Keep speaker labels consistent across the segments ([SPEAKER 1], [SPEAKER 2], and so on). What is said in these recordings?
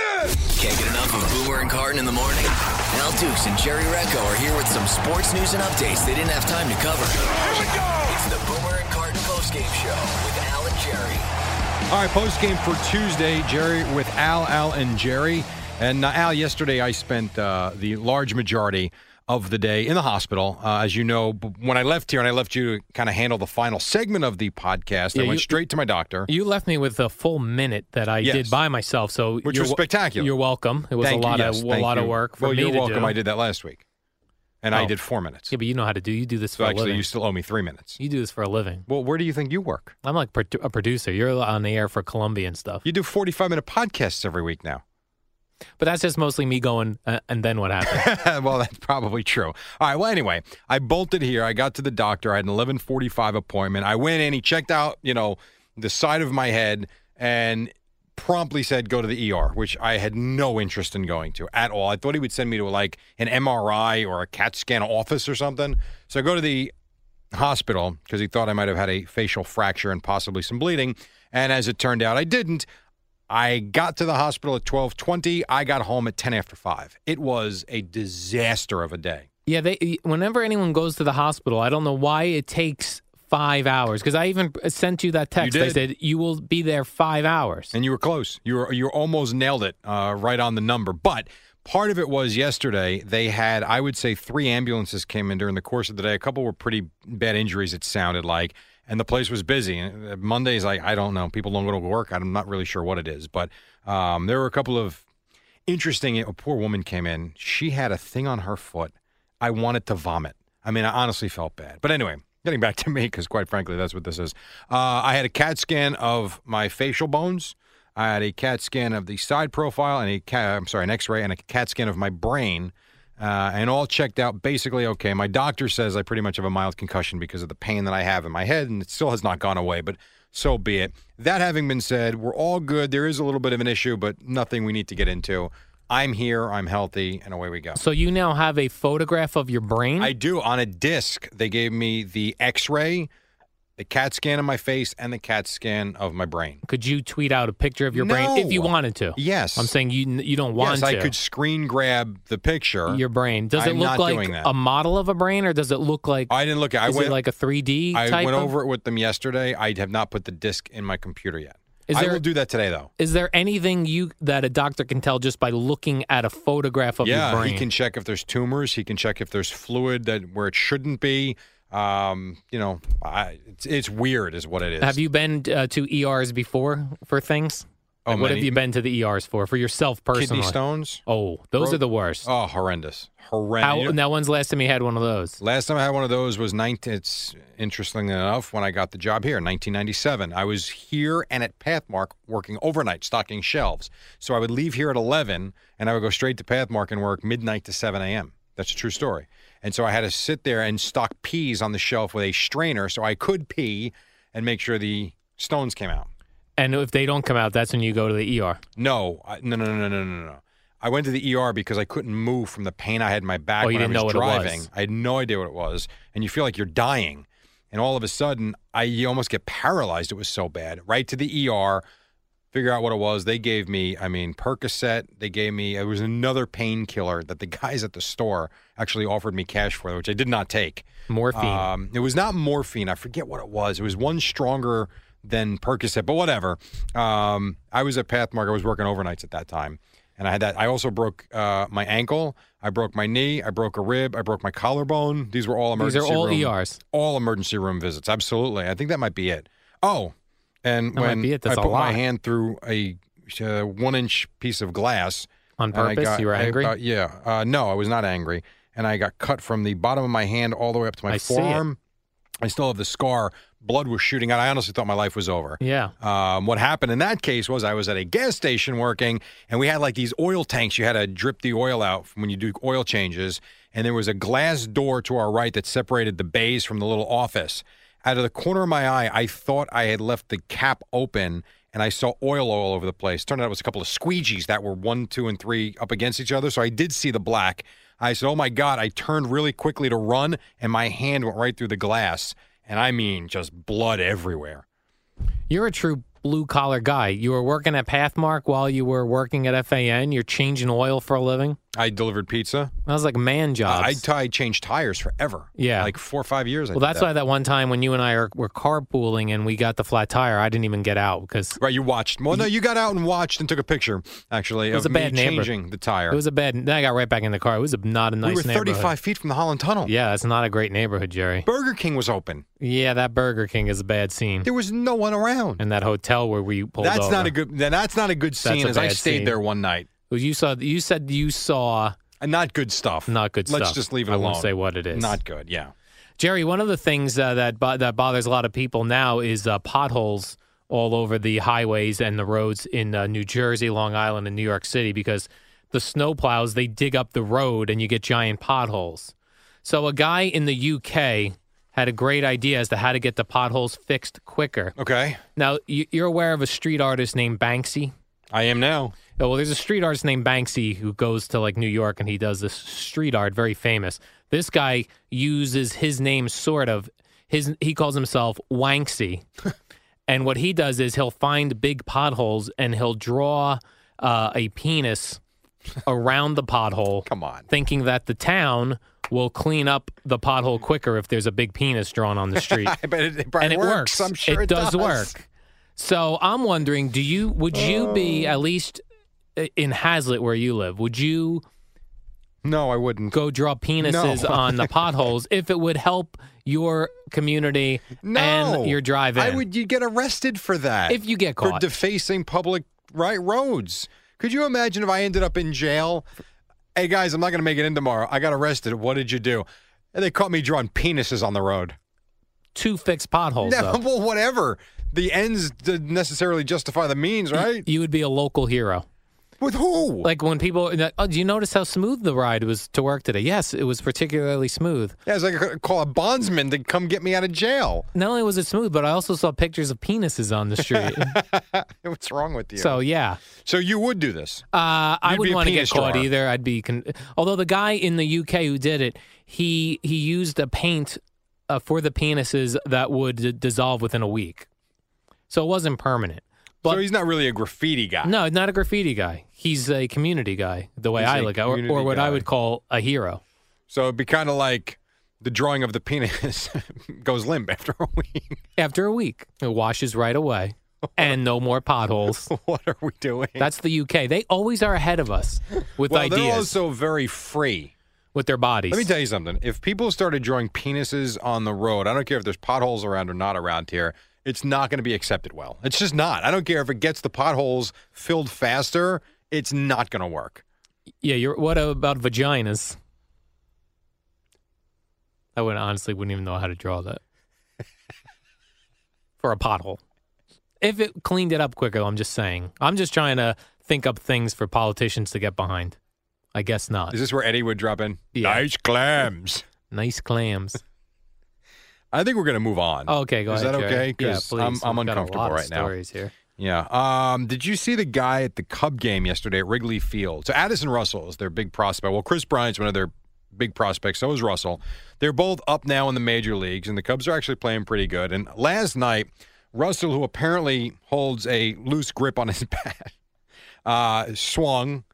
[SPEAKER 1] Can't get enough of Boomer and Carton in the morning. Al Dukes and Jerry Recco are here with some sports news and updates they didn't have time to cover. Here we go! It's the Boomer and Carton postgame show with Al and Jerry.
[SPEAKER 2] All right, post game for Tuesday, Jerry with Al, Al, and Jerry. And uh, Al, yesterday I spent uh, the large majority of the day in the hospital. Uh, as you know, b- when I left here and I left you to kind of handle the final segment of the podcast, I
[SPEAKER 3] Yeah,
[SPEAKER 2] went
[SPEAKER 3] you-
[SPEAKER 2] straight to my doctor.
[SPEAKER 3] You left me with a full minute that I
[SPEAKER 2] Yes.
[SPEAKER 3] did by myself, so
[SPEAKER 2] Which
[SPEAKER 3] you're
[SPEAKER 2] was
[SPEAKER 3] wel-
[SPEAKER 2] spectacular.
[SPEAKER 3] You're welcome. It was
[SPEAKER 2] Thank
[SPEAKER 3] a
[SPEAKER 2] you,
[SPEAKER 3] lot
[SPEAKER 2] yes,
[SPEAKER 3] of a
[SPEAKER 2] thank
[SPEAKER 3] lot of
[SPEAKER 2] you.
[SPEAKER 3] work for
[SPEAKER 2] well,
[SPEAKER 3] me
[SPEAKER 2] you're
[SPEAKER 3] to
[SPEAKER 2] welcome.
[SPEAKER 3] do.
[SPEAKER 2] I did that last week, and I
[SPEAKER 3] Oh.
[SPEAKER 2] did four minutes.
[SPEAKER 3] Yeah, but you know how to do. You do this
[SPEAKER 2] so
[SPEAKER 3] for a
[SPEAKER 2] actually,
[SPEAKER 3] living.
[SPEAKER 2] you still owe me three minutes.
[SPEAKER 3] You do this for a living.
[SPEAKER 2] Well, where do you think you work?
[SPEAKER 3] I'm like pro- a producer. You're on the air for Columbia and stuff.
[SPEAKER 2] You do forty-five minute podcasts every week now.
[SPEAKER 3] But that's just mostly me going. Uh, and then what happened?
[SPEAKER 2] well, that's probably true. All right. Well, anyway, I bolted here. I got to the doctor. I had an eleven forty-five appointment. I went in. He checked out, you know, the side of my head and promptly said, "Go to the ER," which I had no interest in going to at all. I thought he would send me to like an MRI or a CAT scan office or something. So I go to the hospital because he thought I might have had a facial fracture and possibly some bleeding. And as it turned out, I didn't. I got to the hospital at 12:20. I got home at 10 after 5. It was a disaster of a day.
[SPEAKER 3] yeah, they. Whenever anyone goes to the hospital, I don't know why it takes five hours. Because I even sent you that text. I
[SPEAKER 2] did.
[SPEAKER 3] said you will be there five hours.
[SPEAKER 2] And you were close. You were you almost nailed it uh, right on the number. But part of it was yesterday they had I would say three ambulances came in during the course of the day. A couple were pretty bad injuries. It sounded like, and the place was busy. And uh, Mondays, I I don't know. People don't go to work. I'm not really sure what it is, but um, there were a couple of interesting. A poor woman came in. She had a thing on her foot. I wanted to vomit. I mean, I honestly felt bad. But anyway, getting back to me, because quite frankly, that's what this is. Uh, I had a CAT scan of my facial bones. I had a CAT scan of the side profile, and a CAT, I'm sorry, an X-ray, and a CAT scan of my brain, uh, and all checked out basically okay. My doctor says I pretty much have a mild concussion because of the pain that I have in my head, and it still has not gone away. But so be it. That having been said, we're all good. There is a little bit of an issue, but nothing we need to get into. I'm here. I'm healthy, and away we go.
[SPEAKER 3] So you now have a photograph of your brain.
[SPEAKER 2] I do on a disc. They gave me the X-ray, the CAT scan of my face, and the CAT scan of my brain.
[SPEAKER 3] Could you tweet out a picture of your brain if you
[SPEAKER 2] No.
[SPEAKER 3] wanted to?
[SPEAKER 2] Yes.
[SPEAKER 3] I'm saying you you don't
[SPEAKER 2] yes,
[SPEAKER 3] want to.
[SPEAKER 2] I could screen grab the picture.
[SPEAKER 3] your brain. Does it
[SPEAKER 2] I'm
[SPEAKER 3] look
[SPEAKER 2] not
[SPEAKER 3] like
[SPEAKER 2] doing that.
[SPEAKER 3] a model of a brain, or does it look like
[SPEAKER 2] I didn't look at. I
[SPEAKER 3] is
[SPEAKER 2] went
[SPEAKER 3] it like a 3D
[SPEAKER 2] I
[SPEAKER 3] type?
[SPEAKER 2] went
[SPEAKER 3] of-
[SPEAKER 2] over it with them yesterday. I have not put the disc in my computer yet.
[SPEAKER 3] Is
[SPEAKER 2] I
[SPEAKER 3] there-
[SPEAKER 2] will do that today though.
[SPEAKER 3] Is there anything you that a doctor can tell just by looking at a photograph of
[SPEAKER 2] yeah,
[SPEAKER 3] your brain?
[SPEAKER 2] he can check if there's tumors. He can check if there's fluid that where it shouldn't be. Um, you know, I, it's, it's weird, is what it is.
[SPEAKER 3] have you been uh, to ERs before for things?
[SPEAKER 2] Oh,
[SPEAKER 3] Like, what
[SPEAKER 2] many-
[SPEAKER 3] have you been to the ERs for for yourself personally?
[SPEAKER 2] kidney stones?
[SPEAKER 3] Oh, those
[SPEAKER 2] Bro-
[SPEAKER 3] are the worst.
[SPEAKER 2] Oh, horrendous,
[SPEAKER 3] How,
[SPEAKER 2] horrendous.
[SPEAKER 3] now, when's the last time you had one of those?
[SPEAKER 2] Last time I had one of those was 19. It's interesting enough when I got the job here, 1997. I was here and at Pathmark working overnight, stocking shelves. So I would leave here at 11 and I would go straight to Pathmark and work midnight to 7 a.m. That's a true story. And so I had to sit there and stock peas on the shelf with a strainer so I could pee and make sure the stones came out.
[SPEAKER 3] And if they don't come out, that's when you go to the ER.
[SPEAKER 2] No, I, no, no, no, no, no, no, no. I went to the ER because I couldn't move from the pain I had in my back
[SPEAKER 3] Oh, you
[SPEAKER 2] when
[SPEAKER 3] didn't
[SPEAKER 2] I
[SPEAKER 3] know
[SPEAKER 2] was
[SPEAKER 3] what it was.
[SPEAKER 2] driving. I had no idea what it was, and you feel like you're dying. And all of a sudden, I you almost get paralyzed. It was so bad. Right to the ER, figure out what it was. They gave me, I mean, Percocet. They gave me. It was another painkiller that the guys at the store actually offered me cash for, which I did not take.
[SPEAKER 3] Morphine.
[SPEAKER 2] Ah, Um, it was not morphine. I forget what it was. It was one stronger than Percocet, but whatever. Um, I was at Pathmark. I was working overnights at that time, and I had that. I also broke uh, my ankle. I broke my knee. I broke a rib. I broke my collarbone. These were all
[SPEAKER 3] These
[SPEAKER 2] emergency.
[SPEAKER 3] are all E
[SPEAKER 2] room,
[SPEAKER 3] ERs.
[SPEAKER 2] All emergency room visits. Absolutely. I think that might be it. Oh, and
[SPEAKER 3] That might
[SPEAKER 2] when
[SPEAKER 3] be it.
[SPEAKER 2] I
[SPEAKER 3] That's a
[SPEAKER 2] put my
[SPEAKER 3] lot.
[SPEAKER 2] hand through a uh, one-inch piece of glass,
[SPEAKER 3] On
[SPEAKER 2] and I
[SPEAKER 3] purpose?
[SPEAKER 2] got-
[SPEAKER 3] you were
[SPEAKER 2] I-
[SPEAKER 3] angry?
[SPEAKER 2] uh, yeah. Uh, no, I was not angry. And I got cut from the bottom of my hand all the way up to my
[SPEAKER 3] I see it.
[SPEAKER 2] forearm. I still have the scar. Blood was shooting out. I honestly thought my life was over.
[SPEAKER 3] yeah.
[SPEAKER 2] Um, what happened in that case was I was at a gas station working, and we had like these oil tanks. You had to drip the oil out when you do oil changes, and there was a glass door to our right that separated the bays from the little office. Out of the corner of my eye, I thought I had left the cap open, and I saw oil all over the place. Turned out it was a couple of squeegees that were one, two, and three up against each other. So I did see the black. I said, "Oh my God!" I turned really quickly to run, and my hand went right through the glass, and I mean, just blood everywhere.
[SPEAKER 3] You're a true blue collar guy. You were working at Pathmark while you were working at FAN. You're changing oil for a living.
[SPEAKER 2] I delivered pizza.
[SPEAKER 3] That was like man
[SPEAKER 2] Uh, I,
[SPEAKER 3] jobs.
[SPEAKER 2] t- I changed tires forever.
[SPEAKER 3] Yeah.
[SPEAKER 2] like four or five years.
[SPEAKER 3] well, that's why that one time when you and I are, were carpooling and we got the flat tire, I didn't even get out because
[SPEAKER 2] Right, you watched. Well, no, you got out and watched and took a picture. Actually, it
[SPEAKER 3] was
[SPEAKER 2] of
[SPEAKER 3] a bad
[SPEAKER 2] me
[SPEAKER 3] neighbor.
[SPEAKER 2] changing the tire.
[SPEAKER 3] it was a bad. Then I got right back in the car. It was a, not a nice
[SPEAKER 2] we were
[SPEAKER 3] neighborhood.
[SPEAKER 2] 35 feet from the Holland Tunnel.
[SPEAKER 3] Yeah, that's not a great neighborhood, Jerry.
[SPEAKER 2] Burger King was open.
[SPEAKER 3] Yeah, that Burger King is a bad scene.
[SPEAKER 2] There was no one around.
[SPEAKER 3] And that hotel where we pulled
[SPEAKER 2] That's
[SPEAKER 3] over.
[SPEAKER 2] not a good. then That's not a good scene.
[SPEAKER 3] a
[SPEAKER 2] as I
[SPEAKER 3] bad
[SPEAKER 2] stayed
[SPEAKER 3] scene.
[SPEAKER 2] there one night,
[SPEAKER 3] Well, You saw. You said you saw
[SPEAKER 2] and not good stuff.
[SPEAKER 3] not good
[SPEAKER 2] Let's
[SPEAKER 3] stuff.
[SPEAKER 2] just leave it
[SPEAKER 3] I
[SPEAKER 2] alone.
[SPEAKER 3] won't say what it is.
[SPEAKER 2] Not good. Yeah.
[SPEAKER 3] Jerry, one of the things uh, that bo- that bothers a lot of people now is uh, potholes all over the highways and the roads in uh, New Jersey, Long Island, and New York City because the snowplows they dig up the road and you get giant potholes. So a guy in the UK had a great idea as to how to get the potholes fixed quicker.
[SPEAKER 2] Okay.
[SPEAKER 3] Now you- you're aware of a street artist named Banksy.
[SPEAKER 2] I am now.
[SPEAKER 3] Oh, well, there's a street artist named Banksy who goes to like New York and he does this street art, very famous. This guy uses his name sort of. His he calls himself Wanksy, and what he does is he'll find big potholes and he'll draw uh, a penis around the pothole,
[SPEAKER 2] Come on.
[SPEAKER 3] thinking that the town will clean up the pothole quicker if there's a big penis drawn on the street.
[SPEAKER 2] I bet it, it probably
[SPEAKER 3] and it
[SPEAKER 2] works.
[SPEAKER 3] works.
[SPEAKER 2] I'm sure it,
[SPEAKER 3] does, work. So I'm wondering, do you would you
[SPEAKER 2] Oh.
[SPEAKER 3] be at least i- in Hazlitt where you live? Would you
[SPEAKER 2] No, I wouldn't.
[SPEAKER 3] go draw penises
[SPEAKER 2] No.
[SPEAKER 3] on the potholes if it would help your community
[SPEAKER 2] No.
[SPEAKER 3] and your drive-in?
[SPEAKER 2] I would. You'd get arrested for that.
[SPEAKER 3] if you get
[SPEAKER 2] for
[SPEAKER 3] caught.
[SPEAKER 2] defacing public right roads. Could you imagine if I ended up in jail? Hey guys, I'm not going to make it in tomorrow. I got arrested. What did you do? And they caught me drawing penises on the road.
[SPEAKER 3] two fixed potholes.
[SPEAKER 2] Yeah,
[SPEAKER 3] though.
[SPEAKER 2] well, whatever. The ends didn't necessarily justify the means, right?
[SPEAKER 3] You would be a local hero.
[SPEAKER 2] With who?
[SPEAKER 3] Like when people, oh, do you notice how smooth the ride was to work today? Yes, it was particularly smooth.
[SPEAKER 2] yeah, it's like I could call a bondsman to come get me out of jail.
[SPEAKER 3] Not only was it smooth, but I also saw pictures of penises on the street.
[SPEAKER 2] What's wrong with you?
[SPEAKER 3] so yeah.
[SPEAKER 2] so you would do this?
[SPEAKER 3] Uh,
[SPEAKER 2] You'd
[SPEAKER 3] I
[SPEAKER 2] be
[SPEAKER 3] wouldn't
[SPEAKER 2] a
[SPEAKER 3] want to get
[SPEAKER 2] penis
[SPEAKER 3] caught
[SPEAKER 2] drawer.
[SPEAKER 3] either. I'd be con- although the guy in the UK who did it, he he used a paint uh, for the penises that would d- dissolve within a week, so it wasn't permanent. But
[SPEAKER 2] so he's not really a graffiti guy.
[SPEAKER 3] no, not a graffiti guy. He's a community guy, the way
[SPEAKER 2] He's
[SPEAKER 3] I
[SPEAKER 2] a
[SPEAKER 3] look, at or, or
[SPEAKER 2] community
[SPEAKER 3] what
[SPEAKER 2] guy.
[SPEAKER 3] I would call a hero.
[SPEAKER 2] So it'd be kind of like the drawing of the penis goes limp after a week.
[SPEAKER 3] After a week, it washes right away, and no more potholes.
[SPEAKER 2] what are we doing?
[SPEAKER 3] That's the UK. They always are ahead of us with
[SPEAKER 2] well,
[SPEAKER 3] ideas,
[SPEAKER 2] they're also very free.
[SPEAKER 3] with their bodies.
[SPEAKER 2] Let me tell you something. If people started drawing penises on the road, I don't care if there's potholes around or not around here, it's not going to be accepted well. It's just not. I don't care if it gets the potholes filled faster, it's not going to work.
[SPEAKER 3] Yeah, you're. What about vaginas? I would honestly wouldn't even know how to draw that for a pothole. If it cleaned it up quicker, I'm just saying. I'm just trying to think up things for politicians to get behind. I guess not.
[SPEAKER 2] Is this where Eddie would drop in?
[SPEAKER 3] Yeah.
[SPEAKER 2] Nice clams.
[SPEAKER 3] Nice clams. Oh,
[SPEAKER 2] I think we're going to move on.
[SPEAKER 3] Okay, go
[SPEAKER 2] Is
[SPEAKER 3] ahead.
[SPEAKER 2] that okay?
[SPEAKER 3] Jerry. Yeah,
[SPEAKER 2] 'Cause
[SPEAKER 3] please.
[SPEAKER 2] I'm, I'm
[SPEAKER 3] We've got a
[SPEAKER 2] uncomfortable
[SPEAKER 3] lot of
[SPEAKER 2] right now.
[SPEAKER 3] Stories here.
[SPEAKER 2] Yeah. Um, did you see the guy at the Cub game yesterday at Wrigley Field? So Addison Russell is their big prospect. Well, Chris Bryant's one of their big prospects. So is Russell. They're both up now in the major leagues, and the Cubs are actually playing pretty good. And last night, Russell, who apparently holds a loose grip on his bat, uh, swung,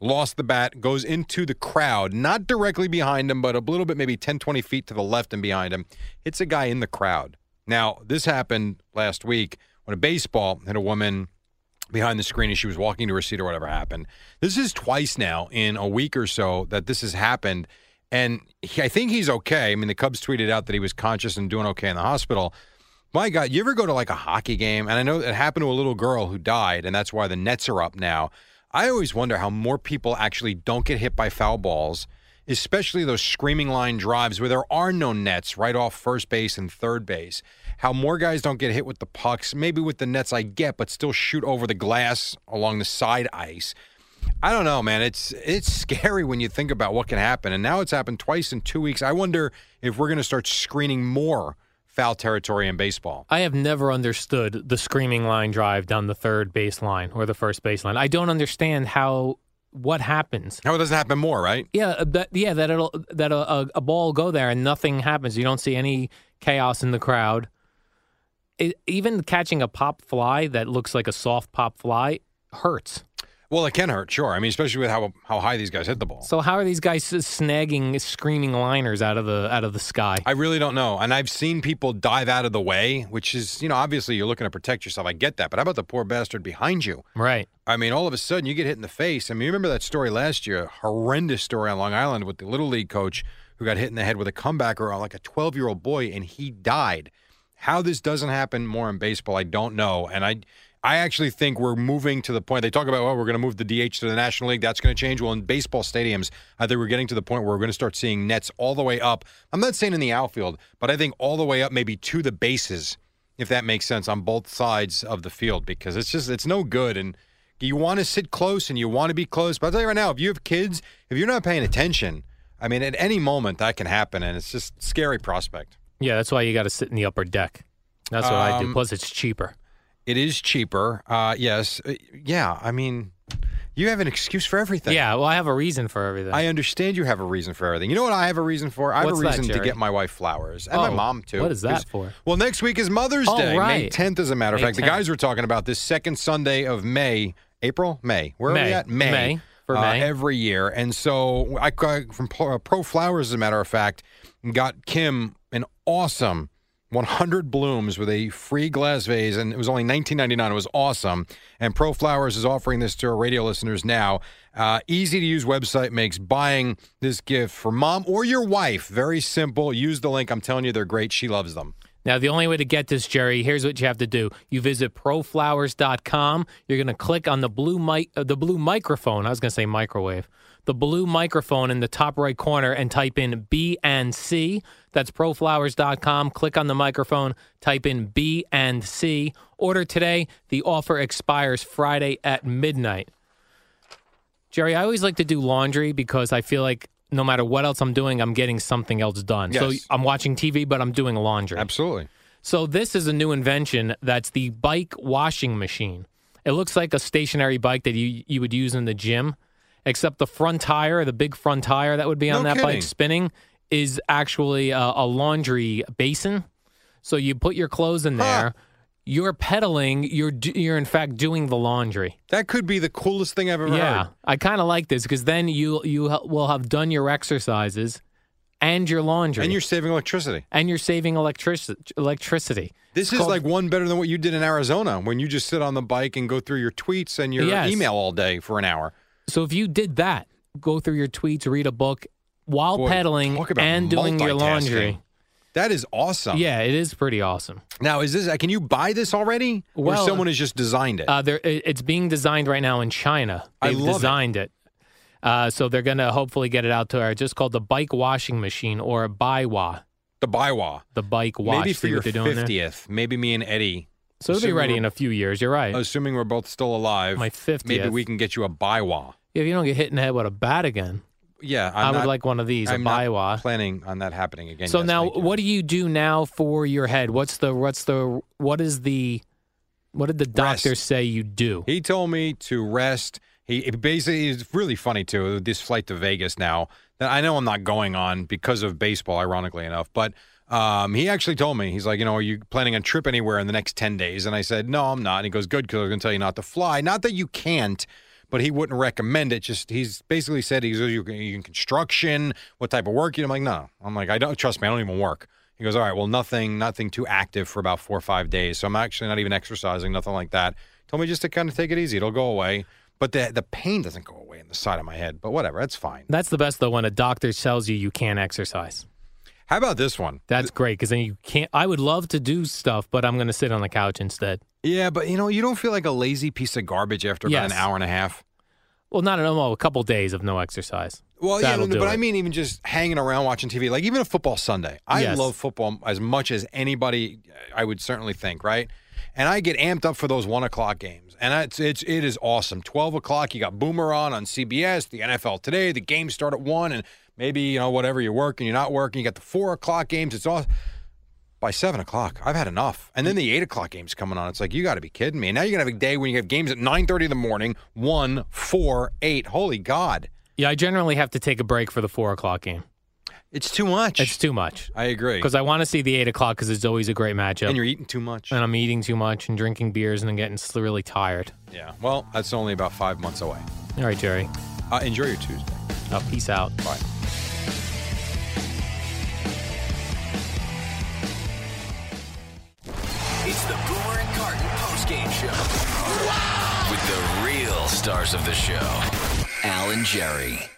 [SPEAKER 2] lost the bat, goes into the crowd, not directly behind him, but a little bit, maybe 10, 20 feet to the left and behind him. Hits a guy in the crowd. Now, this happened last week when a baseball hit a woman behind the screen as she was walking to her seat or whatever happened. This is twice now in a week or so that this has happened. And he, I think he's okay. I mean, the Cubs tweeted out that he was conscious and doing okay in the hospital. My God, you ever go to like a hockey game? And I know it happened to a little girl who died, and that's why the nets are up now. I always wonder how more people actually don't get hit by foul balls, especially those screaming line drives where there are no nets right off first base and third base. How more guys don't get hit with the pucks, maybe with the nets I get, but still shoot over the glass along the side ice. I don't know, man. It's it's scary when you think about what can happen. And now it's happened twice in two weeks. I wonder if we're going to start screening more foul territory in baseball.
[SPEAKER 3] I have never understood the screaming line drive down the third baseline or the first baseline. I don't understand how what happens.
[SPEAKER 2] Now it doesn't happen more, right?
[SPEAKER 3] Yeah, uh, that yeah that it'll that a, a, a ball go there and nothing happens. You don't see any chaos in the crowd. It, even catching a pop fly that looks like a soft pop fly hurts.
[SPEAKER 2] Well, it can hurt, sure. I mean, especially with how how high these guys hit the ball.
[SPEAKER 3] So how are these guys snagging screaming liners out of the out of the sky?
[SPEAKER 2] I really don't know. And I've seen people dive out of the way, which is, you know, obviously you're looking to protect yourself. I get that. But how about the poor bastard behind you?
[SPEAKER 3] right.
[SPEAKER 2] I mean, all of a sudden you get hit in the face. I mean, you remember that story last year, horrendous story on Long Island with the little league coach who got hit in the head with a comebacker on like a 12 year old boy and he died. How this doesn't happen more in baseball, I don't know. And I, I actually think we're moving to the point. They talk about, oh, we're going to move the DH to the National League. That's going to change. Well, in baseball stadiums, I think we're getting to the point where we're going to start seeing nets all the way up. I'm not saying in the outfield, but I think all the way up, maybe to the bases, if that makes sense, on both sides of the field, because it's just, it's no good. And you want to sit close and you want to be close. But I'll tell you right now, if you have kids, if you're not paying attention, I mean, at any moment that can happen. And it's just scary prospect.
[SPEAKER 3] Yeah, that's why you got to sit in the upper deck. That's what I do.
[SPEAKER 2] Um,
[SPEAKER 3] Plus, it's cheaper.
[SPEAKER 2] It is cheaper. Uh, yes. Uh, Yeah. I mean, you have an excuse for everything.
[SPEAKER 3] Yeah, well, I have a reason for everything.
[SPEAKER 2] I understand you have a reason for everything. You know what I have a reason for? I have
[SPEAKER 3] What's
[SPEAKER 2] a
[SPEAKER 3] that,
[SPEAKER 2] reason to
[SPEAKER 3] Jerry?
[SPEAKER 2] get my wife flowers and my
[SPEAKER 3] Oh,
[SPEAKER 2] mom too.
[SPEAKER 3] what is that
[SPEAKER 2] 'Cause-
[SPEAKER 3] for?
[SPEAKER 2] Well, next week is Mother's
[SPEAKER 3] Oh,
[SPEAKER 2] Day, May
[SPEAKER 3] right.
[SPEAKER 2] 10th, as a matter of
[SPEAKER 3] May
[SPEAKER 2] fact. The
[SPEAKER 3] 10th.
[SPEAKER 2] guys were talking about this second Sunday of May, April, May. Where are we
[SPEAKER 3] May.
[SPEAKER 2] at? May.
[SPEAKER 3] May. For
[SPEAKER 2] uh,
[SPEAKER 3] May.
[SPEAKER 2] Every year. And so I got from Pro uh, Pro Flowers, as a matter of fact, got Kim an awesome 100 blooms with a free glass vase, and it was only 19.99. It was awesome. And Pro Flowers is offering this to our radio listeners now. Uh, easy to use website makes buying this gift for mom or your wife very simple. Use the link. I'm telling you, they're great. She loves them.
[SPEAKER 3] Now, the only way to get this, Jerry, here's what you have to do. You visit proflowers.com. You're going to click on the blue mic, uh, the blue microphone. I was going to say microwave. The blue microphone in the top right corner and type in B and C. That's proflowers.com. Click on the microphone, type in B and C. Order today. The offer expires Friday at midnight. Jerry, I always like to do laundry because I feel like no matter what else I'm doing, I'm getting something else done. So
[SPEAKER 2] Yes.
[SPEAKER 3] I'm watching TV, but I'm doing laundry.
[SPEAKER 2] Absolutely.
[SPEAKER 3] So this is a new invention that's the bike washing machine. It looks like a stationary bike that you you would use in the gym, except the front tire, the big front tire that would be on
[SPEAKER 2] No
[SPEAKER 3] that
[SPEAKER 2] kidding.
[SPEAKER 3] bike spinning, is actually a, a laundry basin. So you put your clothes in there. You're pedaling. You're do- you're in fact doing the laundry.
[SPEAKER 2] That could be the coolest thing I've ever
[SPEAKER 3] Yeah,
[SPEAKER 2] heard.
[SPEAKER 3] I kind of like this because then you you ha- will have done your exercises and your laundry,
[SPEAKER 2] And you're saving electricity.
[SPEAKER 3] and you're saving electric- electricity.
[SPEAKER 2] This is
[SPEAKER 3] called-
[SPEAKER 2] like one better than what you did in Arizona when you just sit on the bike and go through your tweets and your
[SPEAKER 3] Yes.
[SPEAKER 2] email all day for an hour.
[SPEAKER 3] So if you did that, go through your tweets, read a book while
[SPEAKER 2] Boy,
[SPEAKER 3] pedaling
[SPEAKER 2] talk about
[SPEAKER 3] and doing your laundry.
[SPEAKER 2] multitasking. Oh. That is awesome.
[SPEAKER 3] Yeah, it is pretty awesome.
[SPEAKER 2] Now, is this? Can you buy this already,
[SPEAKER 3] Well,
[SPEAKER 2] or someone has just designed it?
[SPEAKER 3] Uh, there, it- it's being designed right now in China.
[SPEAKER 2] I
[SPEAKER 3] They've
[SPEAKER 2] love it.
[SPEAKER 3] designed it. Uh, so they're going to hopefully get it out to her. It's just called the bike washing machine or Baiwa,
[SPEAKER 2] the Baiwa.
[SPEAKER 3] the bike wash.
[SPEAKER 2] Maybe for
[SPEAKER 3] See
[SPEAKER 2] your
[SPEAKER 3] what they're doing there?
[SPEAKER 2] fiftieth. Maybe me and Eddie,
[SPEAKER 3] So it'll be
[SPEAKER 2] Assuming
[SPEAKER 3] ready
[SPEAKER 2] we're-
[SPEAKER 3] in a few years. You're right.
[SPEAKER 2] assuming we're both still alive.
[SPEAKER 3] My 50th.
[SPEAKER 2] Oh, Maybe we can get you a Baiwa.
[SPEAKER 3] if you don't get hit in the head with a bat again,
[SPEAKER 2] Yeah,
[SPEAKER 3] i
[SPEAKER 2] I'm
[SPEAKER 3] would
[SPEAKER 2] not-
[SPEAKER 3] like one of these,
[SPEAKER 2] I'm
[SPEAKER 3] a
[SPEAKER 2] not
[SPEAKER 3] Baiwa.
[SPEAKER 2] Planning on that happening again.
[SPEAKER 3] So
[SPEAKER 2] Yes,
[SPEAKER 3] now,
[SPEAKER 2] thank you.
[SPEAKER 3] what do you do now for your head? What's the what's the what is the what did the doctor
[SPEAKER 2] Rest.
[SPEAKER 3] say you do?
[SPEAKER 2] He told me to rest. He it basically is really funny too. This flight to Vegas now that I know I'm not going on because of baseball, ironically enough. But um, he actually told me he's like, you know, are you planning a trip anywhere in the next ten days? And I said, no, I'm not. And he goes, good, because I was going to tell you not to fly. Not that you can't. But he wouldn't recommend it. Just he's basically said he's you in construction, what type of work you. I'm like, no, I'm like I don't trust me. I don't even work. He He goes, all right, well, nothing, nothing too active for about four or five days. So I'm actually not even exercising, nothing like that. Told me just to kind of take it easy. It'll go away. But the the pain doesn't go away in the side of my head. But whatever, that's fine.
[SPEAKER 3] That's the best though when a doctor tells you you can't exercise.
[SPEAKER 2] How about this one?
[SPEAKER 3] That's great because then you can't. I would love to do stuff, but I'm going to sit on the couch instead.
[SPEAKER 2] Yeah, but you know, you don't feel like a lazy piece of garbage after about
[SPEAKER 3] Yes.
[SPEAKER 2] an hour and a half.
[SPEAKER 3] Well, not at all. A couple days of no exercise.
[SPEAKER 2] Well,
[SPEAKER 3] That'll
[SPEAKER 2] yeah,
[SPEAKER 3] do
[SPEAKER 2] but
[SPEAKER 3] it.
[SPEAKER 2] I mean, even just hanging around watching TV, like even a football Sunday. I
[SPEAKER 3] Yes.
[SPEAKER 2] love football as much as anybody. uh, I would certainly think, right? And I get amped up for those one o'clock games, and it's it's it is awesome. Twelve o'clock, you got Boomer on on CBS, the NFL today. The games start at one, and maybe you know whatever you're working, you're not working. You got the four o'clock games. It's all by seven o'clock. I've had enough. And then the eight o'clock game's coming on. It's like you got to be kidding me. And now you're gonna have a day when you have games at nine thirty in the morning, one, four, eight. Holy God,
[SPEAKER 3] Yeah, I generally have to take a break for the four o'clock game.
[SPEAKER 2] it's too much.
[SPEAKER 3] It's too much
[SPEAKER 2] I agree.
[SPEAKER 3] because I want to see the eight o'clock because it's always a great matchup.
[SPEAKER 2] And you're eating too much.
[SPEAKER 3] And I'm eating too much and drinking beers and I'm getting s- really tired.
[SPEAKER 2] Yeah. Well, that's only about five months away.
[SPEAKER 3] All right, Jerry.
[SPEAKER 2] Uh, enjoy your Tuesday.
[SPEAKER 3] Uh, peace out.
[SPEAKER 2] Bye.
[SPEAKER 1] It's the Boomer and Carton postgame show. With the real stars of the show, Al and Jerry.